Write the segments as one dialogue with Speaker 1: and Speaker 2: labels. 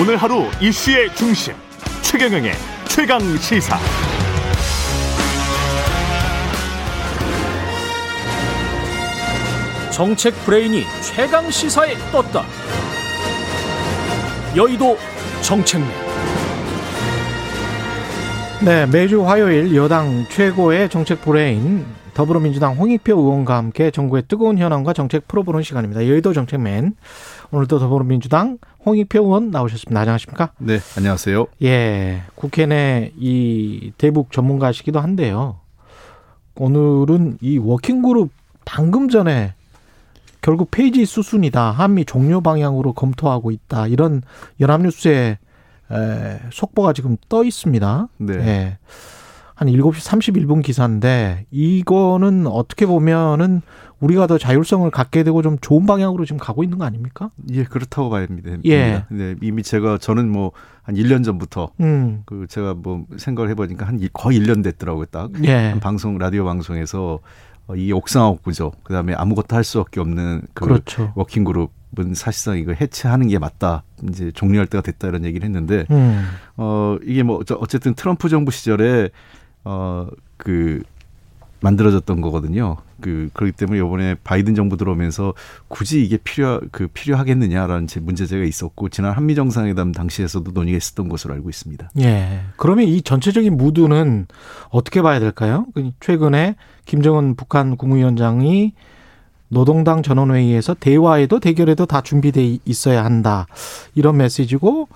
Speaker 1: 오늘 하루 이슈의 중심 최경영의 최강 시사.
Speaker 2: 정책 브레인이 최강 시사에 떴다. 여의도 정책맨.
Speaker 3: 네, 매주 화요일 여당 최고의 정책 브레인 더불어민주당 홍익표 의원과 함께 정부의 뜨거운 현황과 정책 풀어보는 시간입니다. 여의도 정책맨 오늘도 더불어민주당 홍익표 의원 나오셨습니다. 안녕하십니까?
Speaker 4: 네, 안녕하세요.
Speaker 3: 예, 국회 내 이 대북 전문가시기도 한데요. 오늘은 이 워킹그룹 방금 전에 결국 페이지 수순이다. 한미 종료 방향으로 검토하고 있다. 이런 연합뉴스에 에, 속보가 지금 떠 있습니다.
Speaker 4: 네.
Speaker 3: 예. 한 7시 31분 기사인데 이거는 어떻게 보면은 우리가 더 자율성을 갖게 되고 좀 좋은 방향으로 지금 가고 있는 거 아닙니까?
Speaker 4: 예, 그렇다고 봐야 됩니다.
Speaker 3: 예.
Speaker 4: 네, 이미 제가 저는 뭐 한 1년 전부터
Speaker 3: 음.
Speaker 4: 그 제가 뭐 생각을 해 보니까 한 이- 거의 1년 됐더라고요, 딱.
Speaker 3: 예.
Speaker 4: 한 방송 라디오 방송에서 어, 이 옥상옥 구조, 그다음에 아무것도 할 수 밖에 없는 그
Speaker 3: 그렇죠.
Speaker 4: 워킹 그룹은 사실상 이거 해체하는 게 맞다. 이제 종료할 때가 됐다 이런 얘기를 했는데
Speaker 3: 음.
Speaker 4: 어 이게 뭐 어쩌- 어쨌든 트럼프 정부 시절에 어그 만들어졌던 거거든요. 그 그렇기 때문에 이번에 바이든 정부 들어오면서 굳이 이게 필요 그 필요하겠느냐라는 제- 문제제가 있었고 지난 한미 정상회담 당시에서도 논의가 있었던 것으로 알고 있습니다.
Speaker 3: 예. 그러면 이 전체적인 무드는 어떻게 봐야 될까요? 그 최근에 김정은 북한 국무위원장이 노동당 전원회의에서 대화에도 대결에도 다 준비돼 있어야 한다. 이런 메시지고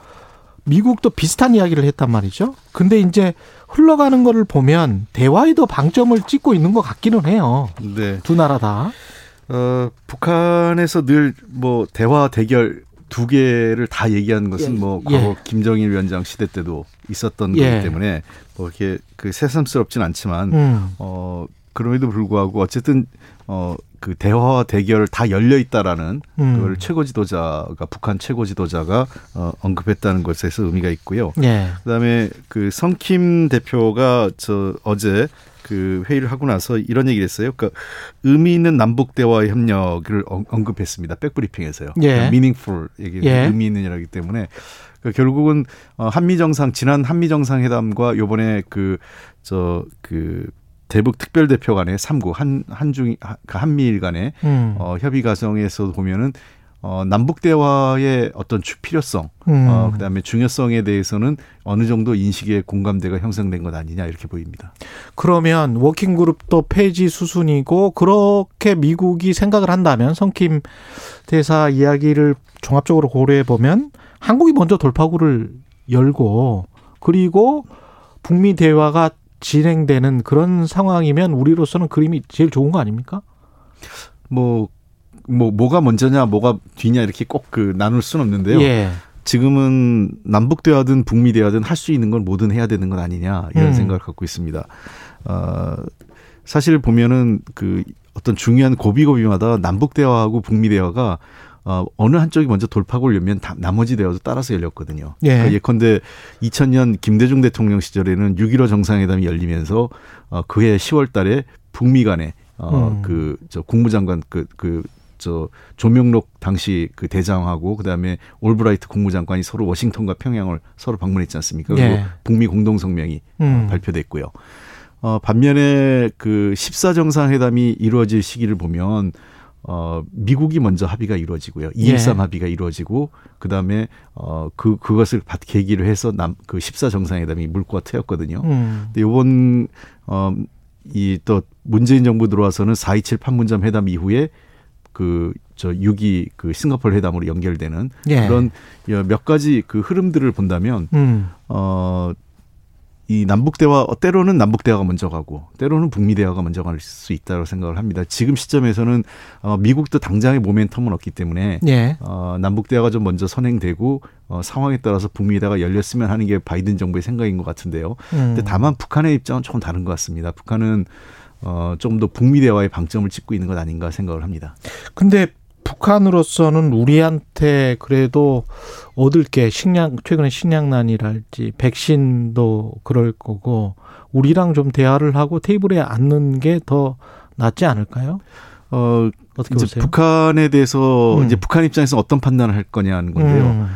Speaker 3: 미국도 비슷한 이야기를 했단 말이죠. 근데 이제 흘러가는 거를 보면 대화에도 방점을 찍고 있는 것 같기는 해요.
Speaker 4: 네.
Speaker 3: 두 나라 다.
Speaker 4: 어, 북한에서 늘 뭐 대화 대결 두 개를 다 얘기하는 것은
Speaker 3: 예,
Speaker 4: 뭐
Speaker 3: 예.
Speaker 4: 과거 김정일 위원장 시대 때도 있었던
Speaker 3: 예.
Speaker 4: 거기 때문에 뭐 이렇게 그 새삼스럽진 않지만
Speaker 3: 음.
Speaker 4: 어 그럼에도 불구하고 어쨌든 어그 대화와 대결 다 열려 있다라는
Speaker 3: 음.
Speaker 4: 그걸 최고 지도자가 북한 최고 지도자가 어, 언급했다는 것에서 의미가 있고요.
Speaker 3: 예.
Speaker 4: 그다음에 그 성킴 대표가 저 어제 그 회의를 하고 나서 이런 얘기를 했어요. 그러니까 의미 있는 남북 대화의 협력을 언- 언급했습니다. 백브리핑에서요. 그러니까
Speaker 3: 예.
Speaker 4: meaningful 얘기
Speaker 3: 예.
Speaker 4: 의미 있는이라기 때문에 그 결국은 어, 한미 정상 지난 한미 정상회담과 요번에 그저그 대북 특별 대표 간의 3구 한 한중 한- 한미일 간의
Speaker 3: 음.
Speaker 4: 어, 협의 과정에서 보면은 어, 남북 대화의 어떤 주 필요성
Speaker 3: 음.
Speaker 4: 어, 그다음에 중요성에 대해서는 어느 정도 인식의 공감대가 형성된 것 아니냐 이렇게 보입니다.
Speaker 3: 그러면 워킹그룹도 폐지 수순이고 그렇게 미국이 생각을 한다면 성킴 대사 이야기를 종합적으로 고려해 보면 한국이 먼저 돌파구를 열고 그리고 북미 대화가 진행되는 그런 상황이면 우리로서는 그림이 제일 좋은 거 아닙니까?
Speaker 4: 뭐, 뭐 뭐가 먼저냐, 뭐가 뒤냐 이렇게 꼭 그 나눌 수는 없는데요.
Speaker 3: 예.
Speaker 4: 지금은 남북 대화든 북미 대화든 할 수 있는 건 뭐든 해야 되는 건 아니냐 이런
Speaker 3: 음.
Speaker 4: 생각을 갖고 있습니다. 어, 사실 보면은 그 어떤 중요한 고비고비마다 남북 대화하고 북미 대화가 어, 어느 한쪽이 먼저 돌파구를 열면 다- 나머지 대화도 따라서 열렸거든요.
Speaker 3: 예.
Speaker 4: 그러니까 예컨대 2000년 김대중 대통령 시절에는 6.15 정상회담이 열리면서 어, 그해 10월 달에 북미 간에 어,
Speaker 3: 음.
Speaker 4: 그 저 국무장관 그 그 저 조명록 당시 그 대장하고 그다음에 올브라이트 국무장관이 서로 워싱턴과 평양을 서로 방문했지 않습니까? 그리고
Speaker 3: 예.
Speaker 4: 북미 공동 성명이
Speaker 3: 음.
Speaker 4: 아, 발표됐고요. 어, 반면에 그 14정상회담이 이루어질 시기를 보면 어, 미국이 먼저 합의가 이루어지고요. 213
Speaker 3: 예.
Speaker 4: 합의가 이루어지고 그다음에 어, 그 그것을 받- 계기로 해서 남그 14정상회담이 물꼬가 트였거든요.
Speaker 3: 음.
Speaker 4: 근데 요번 어, 이 또 문재인 정부 들어와서는 4.27 판문점 회담 이후에 그 저 6.2 그 싱가포르 회담으로 연결되는
Speaker 3: 예.
Speaker 4: 그런 몇 가지 그 흐름들을 본다면
Speaker 3: 음.
Speaker 4: 어, 이 남북 대화 어, 때로는 남북 대화가 먼저 가고 때로는 북미 대화가 먼저 갈 수 있다고 생각을 합니다. 지금 시점에서는 어, 미국도 당장의 모멘텀은 없기 때문에
Speaker 3: 예.
Speaker 4: 어, 남북 대화가 좀 먼저 선행되고 어, 상황에 따라서 북미 대화가 열렸으면 하는 게 바이든 정부의 생각인 것 같은데요.
Speaker 3: 음.
Speaker 4: 근데 다만 북한의 입장은 조금 다른 것 같습니다. 북한은 어, 조금 더 북미 대화에 방점을 찍고 있는 것 아닌가 생각을 합니다.
Speaker 3: 근데 북한으로서는 우리한테 그래도 얻을 게 식량 최근에 식량난이랄지 백신도 그럴 거고 우리랑 좀 대화를 하고 테이블에 앉는 게 더 낫지 않을까요?
Speaker 4: 어,
Speaker 3: 어떻게
Speaker 4: 이제
Speaker 3: 보세요?
Speaker 4: 북한에 대해서
Speaker 3: 음.
Speaker 4: 이제 북한 입장에서 어떤 판단을 할 거냐는 건데요.
Speaker 3: 음.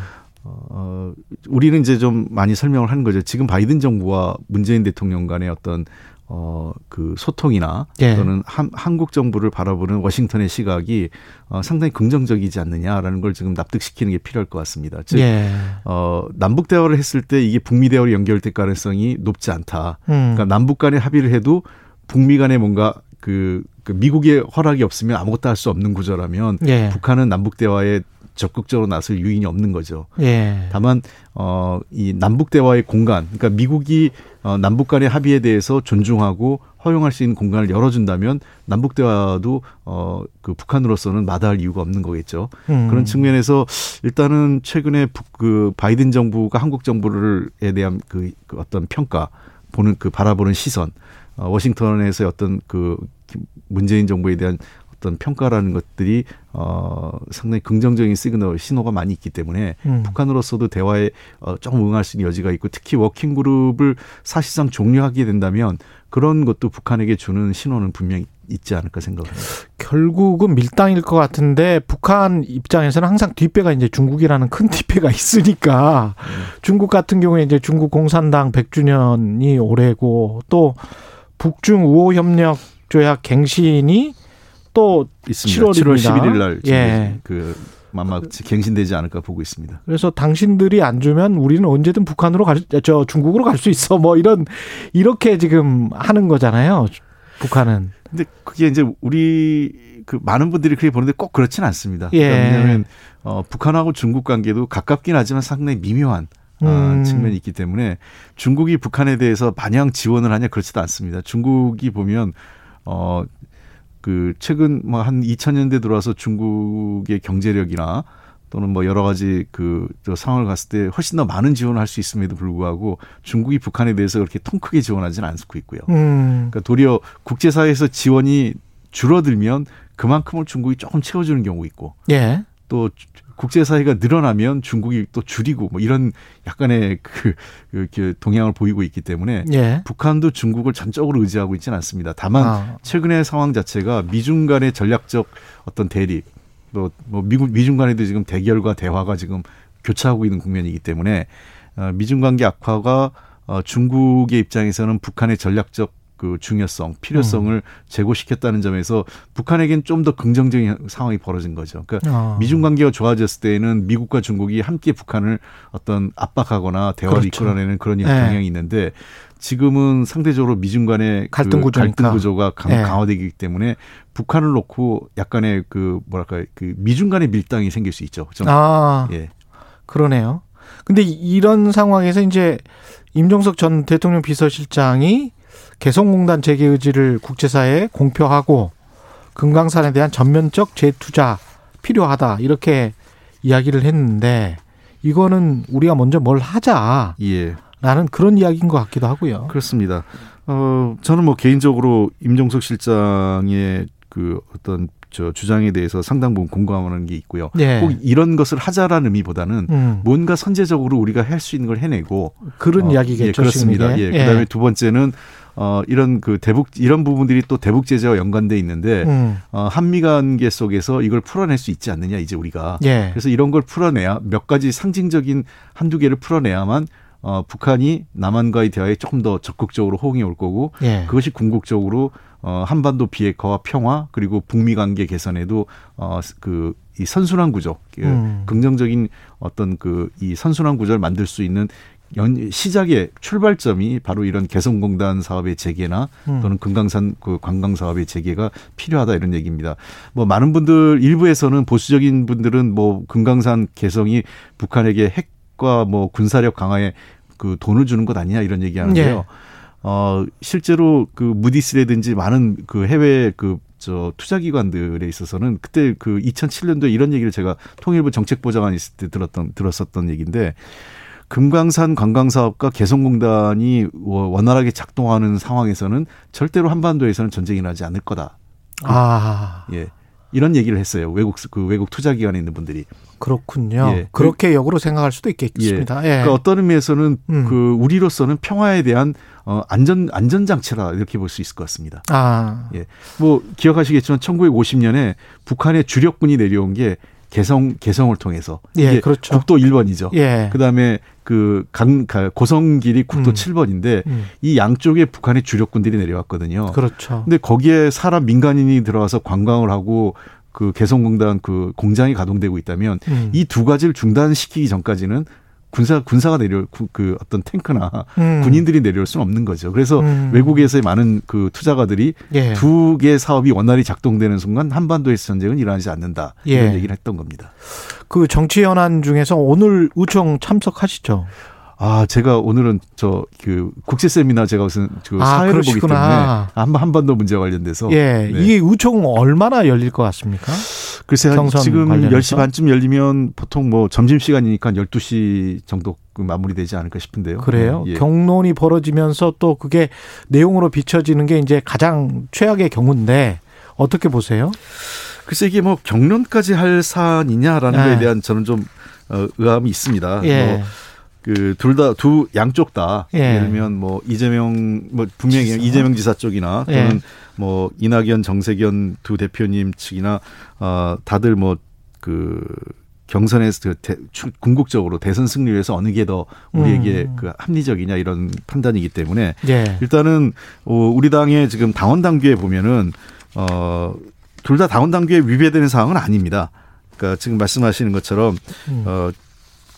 Speaker 4: 어, 우리는 이제 좀 많이 설명을 하는 거죠. 지금 바이든 정부와 문재인 대통령 간의 어떤 어, 그 소통이나
Speaker 3: 예.
Speaker 4: 또는 한, 한국 정부를 바라보는 워싱턴의 시각이 어, 상당히 긍정적이지 않느냐라는 걸 지금 납득시키는 게 필요할 것 같습니다. 즉,
Speaker 3: 예.
Speaker 4: 어, 남북 대화를 했을 때 이게 북미 대화로 연결될 가능성이 높지 않다.
Speaker 3: 음.
Speaker 4: 그러니까 남북 간에 합의를 해도 북미 간에 뭔가 그, 그 미국의 허락이 없으면 아무것도 할 수 없는 구조라면
Speaker 3: 예.
Speaker 4: 북한은 남북 대화에 적극적으로 나설 유인이 없는 거죠.
Speaker 3: 예.
Speaker 4: 다만 어, 이 남북 대화의 공간, 그러니까 미국이 어, 남북 간의 합의에 대해서 존중하고 허용할 수 있는 공간을 열어준다면 남북 대화도 어, 그 북한으로서는 마다할 이유가 없는 거겠죠.
Speaker 3: 음.
Speaker 4: 그런 측면에서 일단은 최근에 북, 그 바이든 정부가 한국 정부를에 대한 그, 그 어떤 평가 보는 그 바라보는 시선 어, 워싱턴에서 의 어떤 그 문재인 정부에 대한 어떤 평가라는 것들이 어, 상당히 긍정적인 시그널 신호가 많이 있기 때문에
Speaker 3: 음.
Speaker 4: 북한으로서도 대화에 어, 조금 응할 수 있는 여지가 있고 특히 워킹 그룹을 사실상 종료하게 된다면 그런 것도 북한에게 주는 신호는 분명히 있지 않을까 생각합니다.
Speaker 3: 결국은 밀당일 것 같은데 북한 입장에서는 항상 뒷배가 이제 중국이라는 큰 뒷배가 있으니까 중국 같은 경우에 이제 중국 공산당 100주년이 올해고 또 북중 우호 협력 조약 갱신이 또
Speaker 4: 있습니다.
Speaker 3: 7월입니다.
Speaker 4: 7월 11일 날
Speaker 3: 예.
Speaker 4: 그 아마 갱신되지 않을까 보고 있습니다.
Speaker 3: 그래서 당신들이 안 주면 우리는 언제든 북한으로 갈, 저 중국으로 갈 수 있어. 뭐 이런, 이렇게 지금 하는 거잖아요. 북한은.
Speaker 4: 근데 그게 이제 우리 그 많은 분들이 그렇게 보는데 꼭 그렇진 않습니다.
Speaker 3: 예.
Speaker 4: 왜냐하면 어, 북한하고 중국 관계도 가깝긴 하지만 상당히 미묘한 어,
Speaker 3: 음.
Speaker 4: 측면이 있기 때문에 중국이 북한에 대해서 마냥 지원을 하냐 그렇지도 않습니다. 중국이 보면 어, 그 최근 뭐 한 2000년대 들어와서 중국의 경제력이나 또는 뭐 여러 가지 그 저 상황을 갔을 때 훨씬 더 많은 지원을 할 수 있음에도 불구하고 중국이 북한에 대해서 그렇게 통 크게 지원하지는 않고 있고요.
Speaker 3: 음.
Speaker 4: 그러니까 도리어 국제사회에서 지원이 줄어들면 그만큼을 중국이 조금 채워주는 경우 있고
Speaker 3: 예.
Speaker 4: 또 주- 국제사회가 늘어나면 중국이 또 줄이고 뭐 이런 약간의 그, 그 이렇게 동향을 보이고 있기 때문에
Speaker 3: 예.
Speaker 4: 북한도 중국을 전적으로 의지하고 있지는 않습니다. 다만
Speaker 3: 아.
Speaker 4: 최근의 상황 자체가 미중 간의 전략적 어떤 대립 또 뭐 미국 미중 간에도 지금 대결과 대화가 지금 교차하고 있는 국면이기 때문에 어, 미중 관계 악화가 어, 중국의 입장에서는 북한의 전략적 그 중요성, 필요성을 제고시켰다는 점에서 북한에겐 좀 더 긍정적인 상황이 벌어진 거죠. 그러니까
Speaker 3: 아.
Speaker 4: 미중 관계가 좋아졌을 때에는 미국과 중국이 함께 북한을 어떤 압박하거나 대화를
Speaker 3: 그렇죠.
Speaker 4: 이끌어내는 그런
Speaker 3: 예.
Speaker 4: 경향이 있는데 지금은 상대적으로 미중 간의
Speaker 3: 갈등
Speaker 4: 그
Speaker 3: 구조니까.
Speaker 4: 갈등 구조가 강,
Speaker 3: 예.
Speaker 4: 화되기 때문에 북한을 놓고 약간의 그 뭐랄까 그 미중 간의 밀당이 생길 수 있죠. 좀,
Speaker 3: 아.
Speaker 4: 예.
Speaker 3: 그러네요. 근데 이- 이런 상황에서 이제 임종석 전 대통령 비서실장이 개성공단 재개 의지를 국제사회에 공표하고 금강산에 대한 전면적 재투자 필요하다 이렇게 이야기를 했는데 이거는 우리가 먼저 뭘 하자라는
Speaker 4: 예.
Speaker 3: 그런 이야기인 것 같기도 하고요.
Speaker 4: 그렇습니다. 어, 저는 뭐 개인적으로 임종석 실장의 그 어떤 저 주장에 대해서 상당 부분 공감하는 게 있고요.
Speaker 3: 네.
Speaker 4: 꼭 이런 것을 하자라는 의미보다는
Speaker 3: 음,
Speaker 4: 뭔가 선제적으로 우리가 할 수 있는 걸 해내고
Speaker 3: 그런
Speaker 4: 어,
Speaker 3: 이야기겠죠.
Speaker 4: 예, 그렇습니다.
Speaker 3: 지금
Speaker 4: 예.
Speaker 3: 이게.
Speaker 4: 그다음에 두 번째는 어 이런 그 대북 이런 부분들이 또 대북 제재와 연관돼 있는데
Speaker 3: 음,
Speaker 4: 어 한미 관계 속에서 이걸 풀어낼 수 있지 않느냐 이제 우리가.
Speaker 3: 예.
Speaker 4: 그래서 이런 걸 풀어내야 몇 가지 상징적인 한두 개를 풀어내야만 어 북한이 남한과의 대화에 조금 더 적극적으로 호응이 올 거고
Speaker 3: 예.
Speaker 4: 그것이 궁극적으로 어 한반도 비핵화와 평화 그리고 북미 관계 개선에도 어, 어그이 선순환 구조 그
Speaker 3: 음.
Speaker 4: 긍정적인 어떤 그 이 선순환 구조를 만들 수 있는 연 시작의 출발점이 바로 이런 개성공단 사업의 재개나
Speaker 3: 음.
Speaker 4: 또는 금강산 그 관광 사업의 재개가 필요하다 이런 얘기입니다. 뭐 많은 분들 일부에서는 보수적인 분들은 뭐 금강산 개성이 북한에게 핵과 뭐 군사력 강화에 그 돈을 주는 것 아니냐 이런 얘기하는데요.
Speaker 3: 예.
Speaker 4: 어, 실제로 그 무디스라든지 많은 그 해외 그 저 투자 기관들에 있어서는 그때 그 2007년도에 이런 얘기를 제가 통일부 정책보좌관 있을 때 들었던 들었었던 얘기인데 금강산 관광 사업과 개성공단이 워- 원활하게 작동하는 상황에서는 절대로 한반도에서는 전쟁이 나지 않을 거다.
Speaker 3: 아
Speaker 4: 예. 이런 얘기를 했어요. 외국 그 외국 투자 기관에 있는 분들이.
Speaker 3: 그렇군요.
Speaker 4: 예.
Speaker 3: 그렇게 역으로 생각할 수도 있겠습니다. 예.
Speaker 4: 그러니까 어떤 의미에서는
Speaker 3: 음.
Speaker 4: 그 우리로서는 평화에 대한 어 안전 안전 장치라 이렇게 볼 수 있을 것 같습니다.
Speaker 3: 아
Speaker 4: 예. 뭐 기억하시겠지만 1950년에 북한의 주력군이 내려온 게 개성 개성을 통해서
Speaker 3: 예,
Speaker 4: 이게
Speaker 3: 그렇죠.
Speaker 4: 국도 1번이죠.
Speaker 3: 예.
Speaker 4: 그다음에 그 강, 가- 고성길이 국도
Speaker 3: 음.
Speaker 4: 7번인데
Speaker 3: 음,
Speaker 4: 이 양쪽에 북한의 주력군들이 내려왔거든요.
Speaker 3: 그렇죠.
Speaker 4: 근데 거기에 사람 민간인이 들어와서 관광을 하고 그 개성공단 그 공장이 가동되고 있다면
Speaker 3: 음.
Speaker 4: 이 두 가지를 중단시키기 전까지는 군사 군사가 내려 그, 그 어떤 탱크나
Speaker 3: 음.
Speaker 4: 군인들이 내려올 수는 없는 거죠. 그래서
Speaker 3: 음.
Speaker 4: 외국에서의 많은 그 투자가들이
Speaker 3: 예.
Speaker 4: 두 개 사업이 원활히 작동되는 순간 한반도의 전쟁은 일어나지 않는다 이런
Speaker 3: 예.
Speaker 4: 얘기를 했던 겁니다.
Speaker 3: 그 정치 현안 중에서 오늘 우총 참석하시죠.
Speaker 4: 아 제가 오늘은 저 그 국제 세미나 제가 무슨 그
Speaker 3: 아,
Speaker 4: 사회를 보기 때문에
Speaker 3: 그러시구나.
Speaker 4: 한반- 한반도 문제와 관련돼서
Speaker 3: 예.
Speaker 4: 네.
Speaker 3: 이게 우총 얼마나 열릴 것 같습니까?
Speaker 4: 글쎄 한
Speaker 3: 경선
Speaker 4: 지금
Speaker 3: 관련해서?
Speaker 4: 10시 반쯤 열리면 보통 뭐 점심 시간이니까 12시 정도 그 마무리되지 않을까 싶은데요.
Speaker 3: 그래요.
Speaker 4: 예.
Speaker 3: 경론이 벌어지면서 또 그게 내용으로 비춰지는 게 이제 가장 최악의 경우인데 어떻게 보세요?
Speaker 4: 글쎄 이게 뭐 경론까지 할 사안이냐라는
Speaker 3: 네.
Speaker 4: 거에 대한 저는 좀 어, 의함이 있습니다. 뭐
Speaker 3: 예.
Speaker 4: 뭐그둘 다 두 양쪽 다
Speaker 3: 예.
Speaker 4: 예. 를 들면 뭐 이재명 뭐 분명히
Speaker 3: 지사.
Speaker 4: 이재명 지사 쪽이나
Speaker 3: 예.
Speaker 4: 또는 뭐 이낙연 정세균 두 대표님 측이나 어 다들 뭐 그 경선에서 그 대- 추- 궁극적으로 대선 승리를 위해서 어느 게 더 우리에게
Speaker 3: 음.
Speaker 4: 그 합리적이냐 이런 판단이기 때문에
Speaker 3: 예.
Speaker 4: 일단은 어, 우리 당의 지금 당원 당규에 보면은 어, 둘 다 당원 당규에 위배되는 사항은 아닙니다. 그러니까 지금 말씀하시는 것처럼
Speaker 3: 음.
Speaker 4: 어,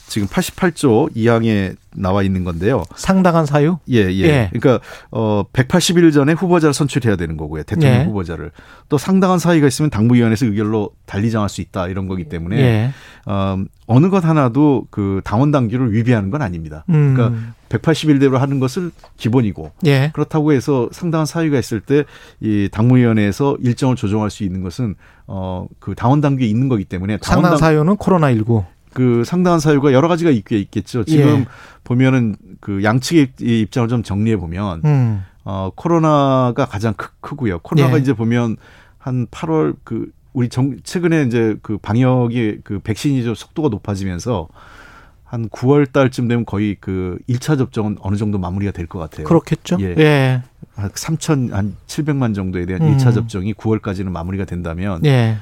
Speaker 4: 지금 88조 2항에 나와 있는 건데요.
Speaker 3: 상당한 사유?
Speaker 4: 예, 예.
Speaker 3: 예.
Speaker 4: 그러니까 어 180일 전에 후보자를 선출해야 되는 거고요. 대통령
Speaker 3: 예.
Speaker 4: 후보자를. 또 상당한 사이가 있으면 당무위원회에서 의결로 달리 정할 수 있다 이런 거기 때문에
Speaker 3: 예.
Speaker 4: 어, 어느 것 하나도 그 당원 당규를 위배하는 건 아닙니다.
Speaker 3: 음.
Speaker 4: 그러니까 180일대로 하는 것을 기본이고
Speaker 3: 예.
Speaker 4: 그렇다고 해서 상당한 사유가 있을 때 이 당무위원회에서 일정을 조정할 수 있는 것은 어 그 당원 당규에 있는 거기 때문에 당원
Speaker 3: 상당
Speaker 4: 당-
Speaker 3: 사유는 코로나 19.
Speaker 4: 그 상당한 사유가 여러 가지가 있게 있겠죠. 지금
Speaker 3: 예.
Speaker 4: 보면은 그 양측의 이 입장을 좀 정리해 보면
Speaker 3: 음.
Speaker 4: 어 코로나가 가장 크, 크고요. 코로나가
Speaker 3: 예.
Speaker 4: 이제 보면 한 8월 그 우리 정 최근에 이제 그 방역이 그 백신이 좀 속도가 높아지면서 한 9월 달쯤 되면 거의 그 1차 접종은 어느 정도 마무리가 될 것 같아요.
Speaker 3: 그렇겠죠.
Speaker 4: 예.
Speaker 3: 예.
Speaker 4: 한 3천 한 700만 정도에 대한
Speaker 3: 음.
Speaker 4: 일차 접종이 9월까지는 마무리가 된다면
Speaker 3: 예.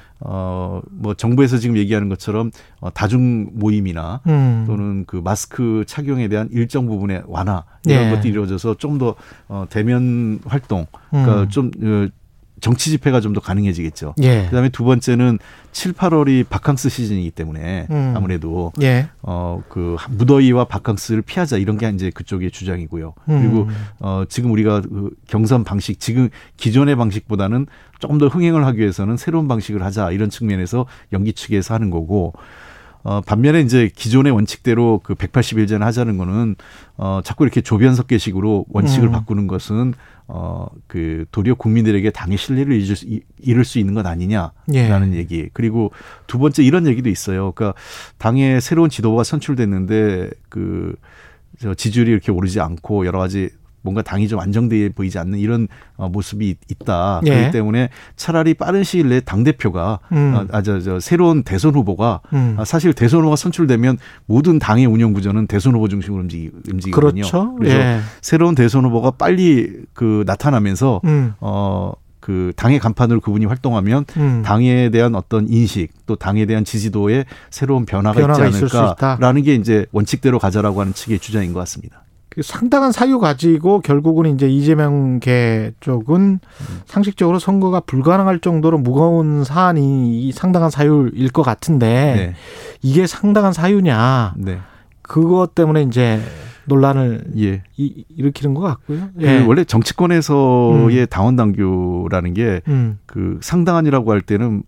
Speaker 4: 어뭐 정부에서 지금 얘기하는 것처럼 어, 다중 모임이나
Speaker 3: 음.
Speaker 4: 또는 그 마스크 착용에 대한 일정 부분의 완화 이런
Speaker 3: 예.
Speaker 4: 것들이 이루어져서 좀 더 어, 대면 활동 그러니까
Speaker 3: 음.
Speaker 4: 좀 어, 정치 집회가 좀 더 가능해지겠죠.
Speaker 3: 예.
Speaker 4: 그다음에 두 번째는 7, 8월이 바캉스 시즌이기 때문에
Speaker 3: 음.
Speaker 4: 아무래도
Speaker 3: 예.
Speaker 4: 어 그 무더위와 바캉스를 피하자 이런 게 이제 그쪽의 주장이고요. 그리고
Speaker 3: 음.
Speaker 4: 어 지금 우리가 그 경선 방식 지금 기존의 방식보다는 조금 더 흥행을 하기 위해서는 새로운 방식을 하자 이런 측면에서 연기 측에서 하는 거고 어 반면에 이제 기존의 원칙대로 그 180일 전에 하자는 거는 어 자꾸 이렇게 조변석계식으로 원칙을
Speaker 3: 음.
Speaker 4: 바꾸는 것은 어 그 도리어 국민들에게 당의 신뢰를 잃을 수, 잃을 수 있는 것 아니냐
Speaker 3: 예.
Speaker 4: 라는 얘기. 그리고 두 번째 이런 얘기도 있어요. 그러니까 당의 새로운 지도부가 선출됐는데 그저 지지율이 이렇게 오르지 않고 여러 가지 뭔가 당이 좀 안정돼 보이지 않는 이런 어, 모습이 있- 있다.
Speaker 3: 예.
Speaker 4: 그렇기 때문에 차라리 빠른 시일 내에 당 대표가
Speaker 3: 음.
Speaker 4: 아, 저, 저 새로운 대선 후보가
Speaker 3: 음.
Speaker 4: 아, 사실 대선 후보가 선출되면 모든 당의 운영 구조는 대선 후보 중심으로 움직이, 움직이거든요.
Speaker 3: 그렇죠.
Speaker 4: 래서
Speaker 3: 예.
Speaker 4: 새로운 대선 후보가 빨리 그 나타나면서
Speaker 3: 음.
Speaker 4: 어 그 당의 간판으로 그분이 활동하면
Speaker 3: 음.
Speaker 4: 당에 대한 어떤 인식 또 당에 대한 지지도에 새로운 변화가,
Speaker 3: 변화가 있을
Speaker 4: 있지
Speaker 3: 수 있다.
Speaker 4: 않을까라는 게 이제 원칙대로 가자라고 하는 측의 주장인 것 같습니다.
Speaker 3: 그 상당한 사유 가지고 결국은 이제 이재명 계 쪽은 상식적으로 선거가 불가능할 정도로 무거운 사안이 이 상당한 사유일 것 같은데 이게 상당한 사유냐
Speaker 4: 네.
Speaker 3: 그것 때문에 이제 논란을
Speaker 4: 예.
Speaker 3: 이, 일으키는 것 같고요.
Speaker 4: 그 원래 정치권에서의 당원 당규라는
Speaker 3: 음,
Speaker 4: 게 그 상당한이라고 할 때는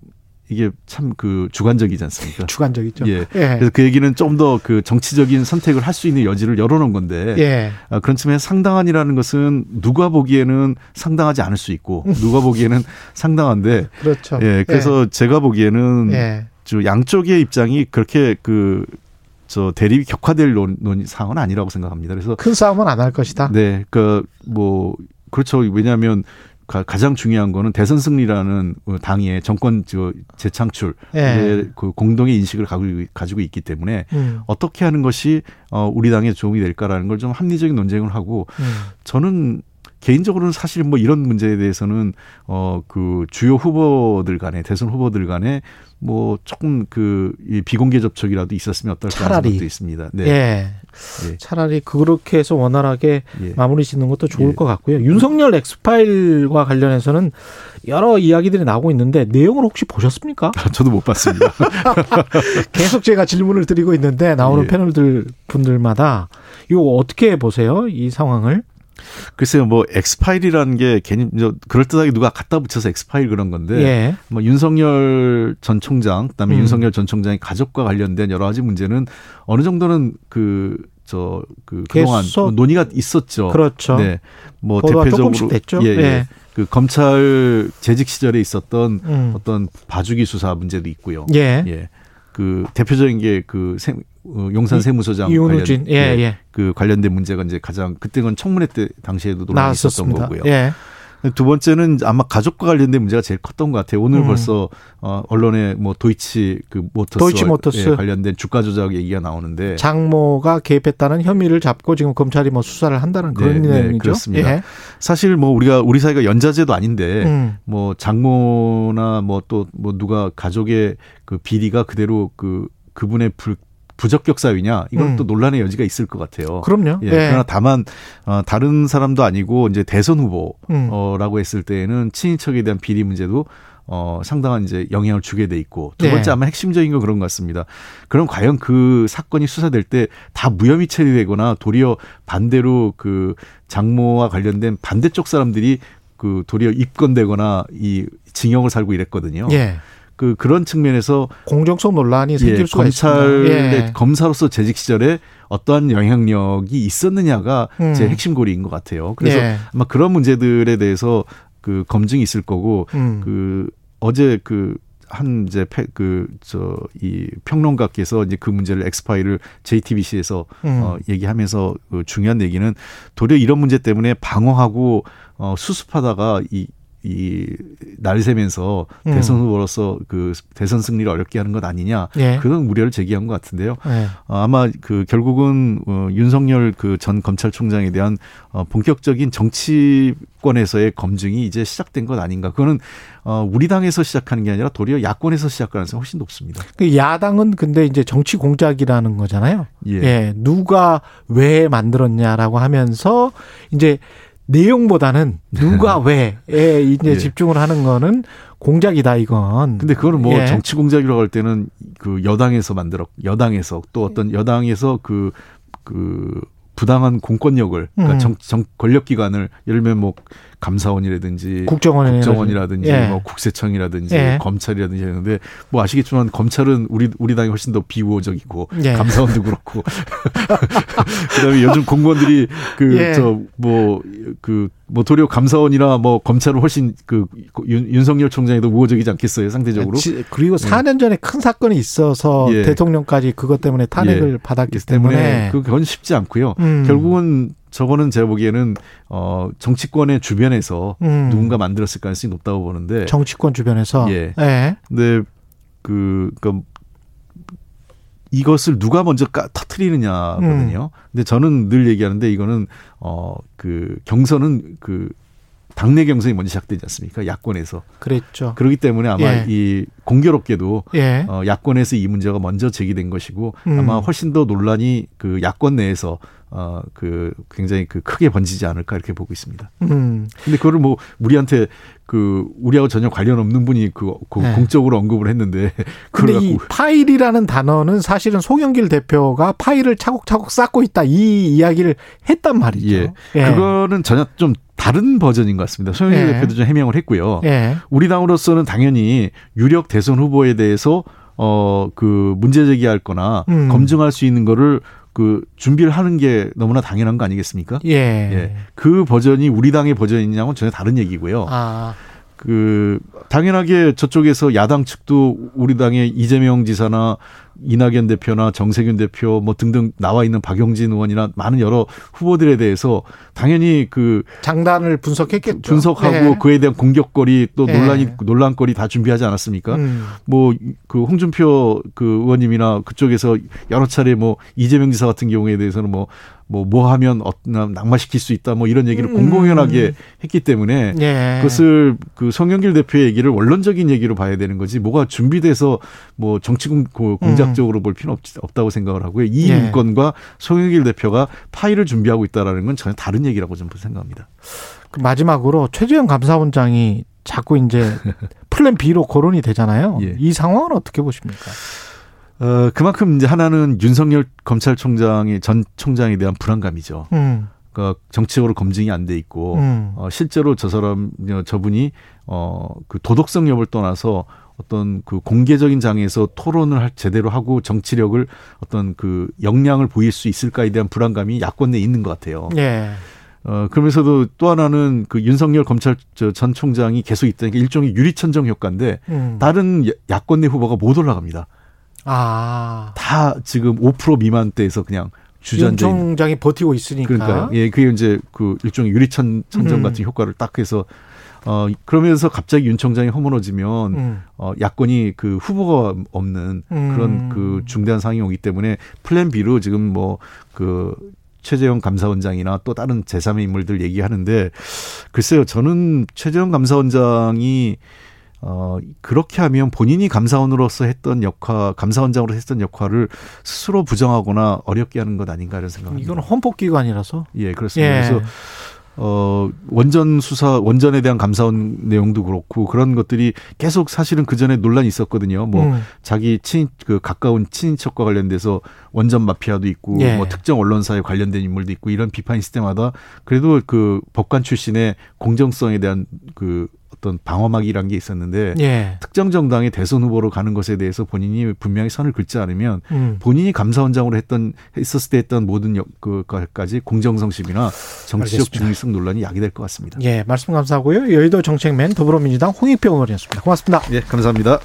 Speaker 4: 이게 참 그 주관적이지 않습니까?
Speaker 3: 주관적이죠.
Speaker 4: 예.
Speaker 3: 예.
Speaker 4: 그래서 그 얘기는 좀 더 그 정치적인 선택을 할 수 있는 여지를 열어놓은 건데
Speaker 3: 예.
Speaker 4: 아, 그런 측면에 상당한이라는 것은 누가 보기에는 상당하지 않을 수 있고 누가 보기에는 상당한데
Speaker 3: 그렇죠.
Speaker 4: 예, 그래서 음. 제가 보기에는
Speaker 3: 예.
Speaker 4: 저 양쪽의 입장이 그렇게 그 저 대립이 격화될 논, 논 상은 아니라고 생각합니다. 그래서
Speaker 3: 큰 싸움은 안 할 것이다.
Speaker 4: 네, 그 뭐 그렇죠. 왜냐하면 가- 가장 중요한 거는 대선 승리라는 어, 당의 정권 저 재창출
Speaker 3: 예.
Speaker 4: 이제 그 공동의 인식을 가지고, 가지고 있기 때문에
Speaker 3: 음,
Speaker 4: 어떻게 하는 것이 어, 우리 당에 도움이 될까라는 걸 좀 합리적인 논쟁을 하고
Speaker 3: 음.
Speaker 4: 저는 개인적으로는 사실 뭐 이런 문제에 대해서는 어 그 주요 후보들 간에 대선 후보들 간에 뭐 조금 그이 비공개 접촉이라도 있었으면 어떨까 하는
Speaker 3: 차라리.
Speaker 4: 것도 있습니다. 네.
Speaker 3: 예.
Speaker 4: 예.
Speaker 3: 차라리 그렇게 해서 원활하게
Speaker 4: 예.
Speaker 3: 마무리 짓는 것도 좋을
Speaker 4: 예.
Speaker 3: 것 같고요. 윤석열 엑스파일과 관련해서는 여러 이야기들이 나오고 있는데 내용을 혹시 보셨습니까?
Speaker 4: 아, 저도 못 봤습니다.
Speaker 3: 계속 제가 질문을 드리고 있는데 나오는
Speaker 4: 예.
Speaker 3: 패널들 분들마다 이거 어떻게 보세요? 이 상황을?
Speaker 4: 글쎄요, 뭐 엑스파일이라는 게 괜히 저 그럴듯하게 누가 갖다 붙여서 엑스파일 그런 건데
Speaker 3: 예.
Speaker 4: 뭐 윤석열 전 총장, 그다음에
Speaker 3: 음.
Speaker 4: 윤석열 전 총장의 가족과 관련된 여러 가지 문제는 어느 정도는 그 저, 그, 그동안
Speaker 3: 계속-
Speaker 4: 뭐 논의가 있었죠.
Speaker 3: 그렇죠.
Speaker 4: 네. 뭐,
Speaker 3: 보도가
Speaker 4: 대표적으로.
Speaker 3: 조금씩 됐죠.
Speaker 4: 예, 예.
Speaker 3: 예.
Speaker 4: 그, 검찰 재직 시절에 있었던
Speaker 3: 음.
Speaker 4: 어떤 봐주기 수사 문제도 있고요.
Speaker 3: 예.
Speaker 4: 예. 그, 대표적인 게 그, 세- 어, 용산
Speaker 3: 이-
Speaker 4: 세무서장.
Speaker 3: 이윤우진.
Speaker 4: 관련-
Speaker 3: 예, 예.
Speaker 4: 그 관련된 문제가 이제 가장, 그때 건 청문회 때 당시에도 논의가 있었던
Speaker 3: 나왔었습니다.
Speaker 4: 거고요.
Speaker 3: 예.
Speaker 4: 두 번째는 아마 가족과 관련된 문제가 제일 컸던 것 같아요. 오늘
Speaker 3: 음.
Speaker 4: 벌써 어, 언론에 뭐 도이치 그 모터스, 예,
Speaker 3: 도이치 모터스.
Speaker 4: 관련된 주가 조작 얘기가 나오는데
Speaker 3: 장모가 개입했다는 혐의를 잡고 지금 검찰이 뭐 수사를 한다는 그런
Speaker 4: 네, 네,
Speaker 3: 내용이죠.
Speaker 4: 그렇습니다.
Speaker 3: 예.
Speaker 4: 사실 뭐 우리가 우리 사이가 연자제도 아닌데
Speaker 3: 음.
Speaker 4: 뭐 장모나 뭐 또 뭐 누가 가족의 그 비리가 그대로 그 그분의 불 부적격 사유냐 이건
Speaker 3: 음.
Speaker 4: 또 논란의 여지가 있을 것 같아요.
Speaker 3: 그럼요.
Speaker 4: 예,
Speaker 3: 예.
Speaker 4: 그러나 다만 어, 다른 사람도 아니고 이제 대선 후보
Speaker 3: 음.
Speaker 4: 어, 라고 했을 때에는 친인척에 대한 비리 문제도 어, 상당한 이제 영향을 주게 돼 있고 두
Speaker 3: 네.
Speaker 4: 번째 아마 핵심적인 건 그런 것 같습니다. 그럼 과연 그 사건이 수사될 때 다 무혐의 처리되거나 도리어 반대로 그 장모와 관련된 반대쪽 사람들이 그 도리어 입건되거나 이 징역을 살고 이랬거든요.
Speaker 3: 예.
Speaker 4: 그 그런 측면에서
Speaker 3: 공정성 논란이 생길
Speaker 4: 예,
Speaker 3: 수가
Speaker 4: 검찰의
Speaker 3: 있습니다. 예.
Speaker 4: 검사로서 재직 시절에 어떠한 영향력이 있었느냐가
Speaker 3: 음.
Speaker 4: 제 핵심 고리인 것 같아요. 그래서
Speaker 3: 예.
Speaker 4: 아마 그런 문제들에 대해서 그 검증이 있을 거고
Speaker 3: 음.
Speaker 4: 그 어제 그 한 이제 그저 이 평론가께서 이제 그 문제를 엑스파일을 JTBC에서
Speaker 3: 음.
Speaker 4: 어 얘기하면서 그 중요한 얘기는 도리어 이런 문제 때문에 방어하고 어 수습하다가 이 이 날새면서
Speaker 3: 음.
Speaker 4: 대선 후보로서 그 대선 승리를 어렵게 하는 것 아니냐
Speaker 3: 예.
Speaker 4: 그런 우려를 제기한 것 같은데요.
Speaker 3: 예.
Speaker 4: 어, 아마 그 결국은 어, 윤석열 그 전 검찰총장에 대한 어, 본격적인 정치권에서의 검증이 이제 시작된 것 아닌가. 그거는 어, 우리 당에서 시작하는 게 아니라 도리어 야권에서 시작할 가능성이 훨씬 높습니다.
Speaker 3: 그 야당은 근데 이제 정치 공작이라는 거잖아요.
Speaker 4: 예.
Speaker 3: 예. 누가 왜 만들었냐라고 하면서 이제 내용보다는 누가 왜에 이제
Speaker 4: 예.
Speaker 3: 집중을 하는 거는 공작이다 이건.
Speaker 4: 근데 그거는 뭐
Speaker 3: 예.
Speaker 4: 정치 공작이라고 할 때는 그 여당에서 만들었, 여당에서 또
Speaker 3: 예.
Speaker 4: 어떤 여당에서 그, 그, 부당한 공권력을, 그러니까
Speaker 3: 음.
Speaker 4: 정, 정, 권력기관을, 예를 들면 뭐 감사원이라든지
Speaker 3: 국정원이라든지.
Speaker 4: 국정원이라든지
Speaker 3: 예.
Speaker 4: 뭐 국세청이라든지
Speaker 3: 예.
Speaker 4: 검찰이라든지 하는데 뭐 아시겠지만 검찰은 우리 우리 당이 훨씬 더 비우호적이고
Speaker 3: 예.
Speaker 4: 감사원도 그렇고 그다음에 요즘 공무원들이
Speaker 3: 예.
Speaker 4: 그 저 뭐 그뭐 도리어 감사원이나 뭐 검찰은 훨씬 그 윤, 윤석열 총장에도 우호적이지 않겠어요 상대적으로
Speaker 3: 지- 그리고 4년 전에 큰 사건이 있어서
Speaker 4: 예.
Speaker 3: 대통령까지 그것 때문에 탄핵을 받았기 때문에.
Speaker 4: 그건 쉽지 않고요.
Speaker 3: 음.
Speaker 4: 결국은 저거는 제가 보기에는 어 정치권의 주변에서
Speaker 3: 음.
Speaker 4: 누군가 만들었을 가능성이 높다고 보는데
Speaker 3: 정치권 주변에서
Speaker 4: 예.
Speaker 3: 예.
Speaker 4: 근데 그 그러니까 이것을 누가 먼저 까, 터트리느냐거든요.
Speaker 3: 음.
Speaker 4: 근데 저는 늘 얘기하는데 이거는 어 그 경선은 그 당내 경선이 먼저 시작되지 않습니까? 야권에서
Speaker 3: 그랬죠.
Speaker 4: 그렇기 때문에 아마
Speaker 3: 예.
Speaker 4: 이 공교롭게도
Speaker 3: 예.
Speaker 4: 어, 야권에서 이 문제가 먼저 제기된 것이고
Speaker 3: 음.
Speaker 4: 아마 훨씬 더 논란이 그 야권 내에서 어그 굉장히 그 크게 번지지 않을까 이렇게 보고 있습니다.
Speaker 3: 음.
Speaker 4: 근데 그거를 뭐 우리한테 그 우리하고 전혀 관련 없는 분이 그, 그
Speaker 3: 네.
Speaker 4: 공적으로 언급을 했는데 그걸
Speaker 3: 근데 이
Speaker 4: 갖고
Speaker 3: 파일이라는 단어는 사실은 송영길 대표가 파일을 차곡차곡 쌓고 있다 이 이야기를 했단 말이죠.
Speaker 4: 예. 그거는 전혀 좀 다른 버전인 것 같습니다. 소영일
Speaker 3: 예.
Speaker 4: 대표도 좀 해명을 했고요.
Speaker 3: 예.
Speaker 4: 우리 당으로서는 당연히 유력 대선 후보에 대해서 어 그 문제 제기할 거나
Speaker 3: 음.
Speaker 4: 검증할 수 있는 거를 그 준비를 하는 게 너무나 당연한 거 아니겠습니까?
Speaker 3: 예.
Speaker 4: 예. 그 버전이 우리 당의 버전이냐면 전혀 다른 얘기고요.
Speaker 3: 아,
Speaker 4: 그 당연하게 저쪽에서 야당 측도 우리 당의 이재명 지사나 이낙연 대표나 정세균 대표 뭐 등등 나와 있는 박용진 의원이나 많은 여러 후보들에 대해서 당연히 그
Speaker 3: 장단을 분석했겠죠.
Speaker 4: 분석하고 그러니까.
Speaker 3: 예.
Speaker 4: 그에 대한 공격거리 또
Speaker 3: 예.
Speaker 4: 논란이 논란거리 다 준비하지 않았습니까?
Speaker 3: 음.
Speaker 4: 뭐 그 홍준표 그 의원님이나 그쪽에서 여러 차례 뭐 이재명 지사 같은 경우에 대해서는 뭐 뭐, 뭐 하면 어, 낙마시킬 수 있다, 뭐 이런
Speaker 3: 음.
Speaker 4: 얘기를 공공연하게 했기 때문에
Speaker 3: 예.
Speaker 4: 그것을 그 송영길 대표의 얘기를 원론적인 얘기로 봐야 되는 거지 뭐가 준비돼서 뭐 정치 공, 고- 공작적으로 볼 필요는 없, 다고 생각을 하고요. 이
Speaker 3: 음. 예.
Speaker 4: 문건과 송영길 대표가 파일을 준비하고 있다라는 건 전혀 다른 얘기라고 저는 생각합니다.
Speaker 3: 그 마지막으로 최재형 감사원장이 자꾸 이제 플랜 B로 거론이 되잖아요.
Speaker 4: 예.
Speaker 3: 이 상황은 어떻게 보십니까?
Speaker 4: 어, 그만큼 이제 하나는 윤석열 검찰총장이 전 총장에 대한 불안감이죠.
Speaker 3: 음,
Speaker 4: 그러니까 정치적으로 검증이 안 돼 있고
Speaker 3: 음,
Speaker 4: 어, 실제로 저 사람 어, 저분이 어 그 도덕성 여부를 떠나서 어떤 그 공개적인 장에서 토론을 할- 제대로 하고 정치력을 어떤 그 역량을 보일 수 있을까에 대한 불안감이 야권 내에 있는 것 같아요.
Speaker 3: 예,
Speaker 4: 어 그러면서도 또 하나는 그 윤석열 검찰 저전 총장이 계속 있다는 게 일종의 유리천정 효과인데
Speaker 3: 음.
Speaker 4: 다른 야- 야권 내 후보가 못 올라갑니다.
Speaker 3: 아,
Speaker 4: 다 지금 5% 미만대에서 그냥
Speaker 3: 윤
Speaker 4: 주저앉아 있는
Speaker 3: 총장이 버티고 있으니까.
Speaker 4: 그러니까 예, 그게 이제 그 일종의 유리천 천정
Speaker 3: 음.
Speaker 4: 같은 효과를 딱 해서 어 그러면서 갑자기 윤 총장이 허물어지면
Speaker 3: 음,
Speaker 4: 어 야권이 그 후보가 없는
Speaker 3: 음.
Speaker 4: 그런 그 중대한 상황이 오기 때문에 플랜 B로 지금 뭐 그 최재형 감사원장이나 또 다른 제3의 인물들 얘기하는데 글쎄요 저는 최재형 감사원장이 어 그렇게 하면 본인이 감사원으로서 했던 역할 감사원장으로 했던 역할을 스스로 부정하거나 어렵게 하는 것 아닌가 이런 생각합니다.
Speaker 3: 이건 헌법기관이라서.
Speaker 4: 예, 그렇습니다.
Speaker 3: 예.
Speaker 4: 그래서 어 원전 수사 원전에 대한 감사원 내용도 그렇고 그런 것들이 계속 사실은 그 전에 논란이 있었거든요. 뭐
Speaker 3: 음,
Speaker 4: 자기 친 그 가까운 친인척과 관련돼서 원전 마피아도 있고
Speaker 3: 예.
Speaker 4: 뭐 특정 언론사에 관련된 인물도 있고 이런 비판이 있을 때마다 그래도 그 법관 출신의 공정성에 대한 그 어떤 방어막이란 게 있었는데
Speaker 3: 예,
Speaker 4: 특정 정당의 대선 후보로 가는 것에 대해서 본인이 분명히 선을 긋지 않으면
Speaker 3: 음.
Speaker 4: 본인이 감사원장으로 했던 했었을 때 했던 모든 여- 그까지 공정성심이나 정치적
Speaker 3: 알겠습니다.
Speaker 4: 중립성 논란이 야기될 것 같습니다.
Speaker 3: 예, 말씀 감사하고요. 여의도 정책맨 더불어민주당 홍익표 의원이었습니다. 고맙습니다.
Speaker 4: 예, 감사합니다.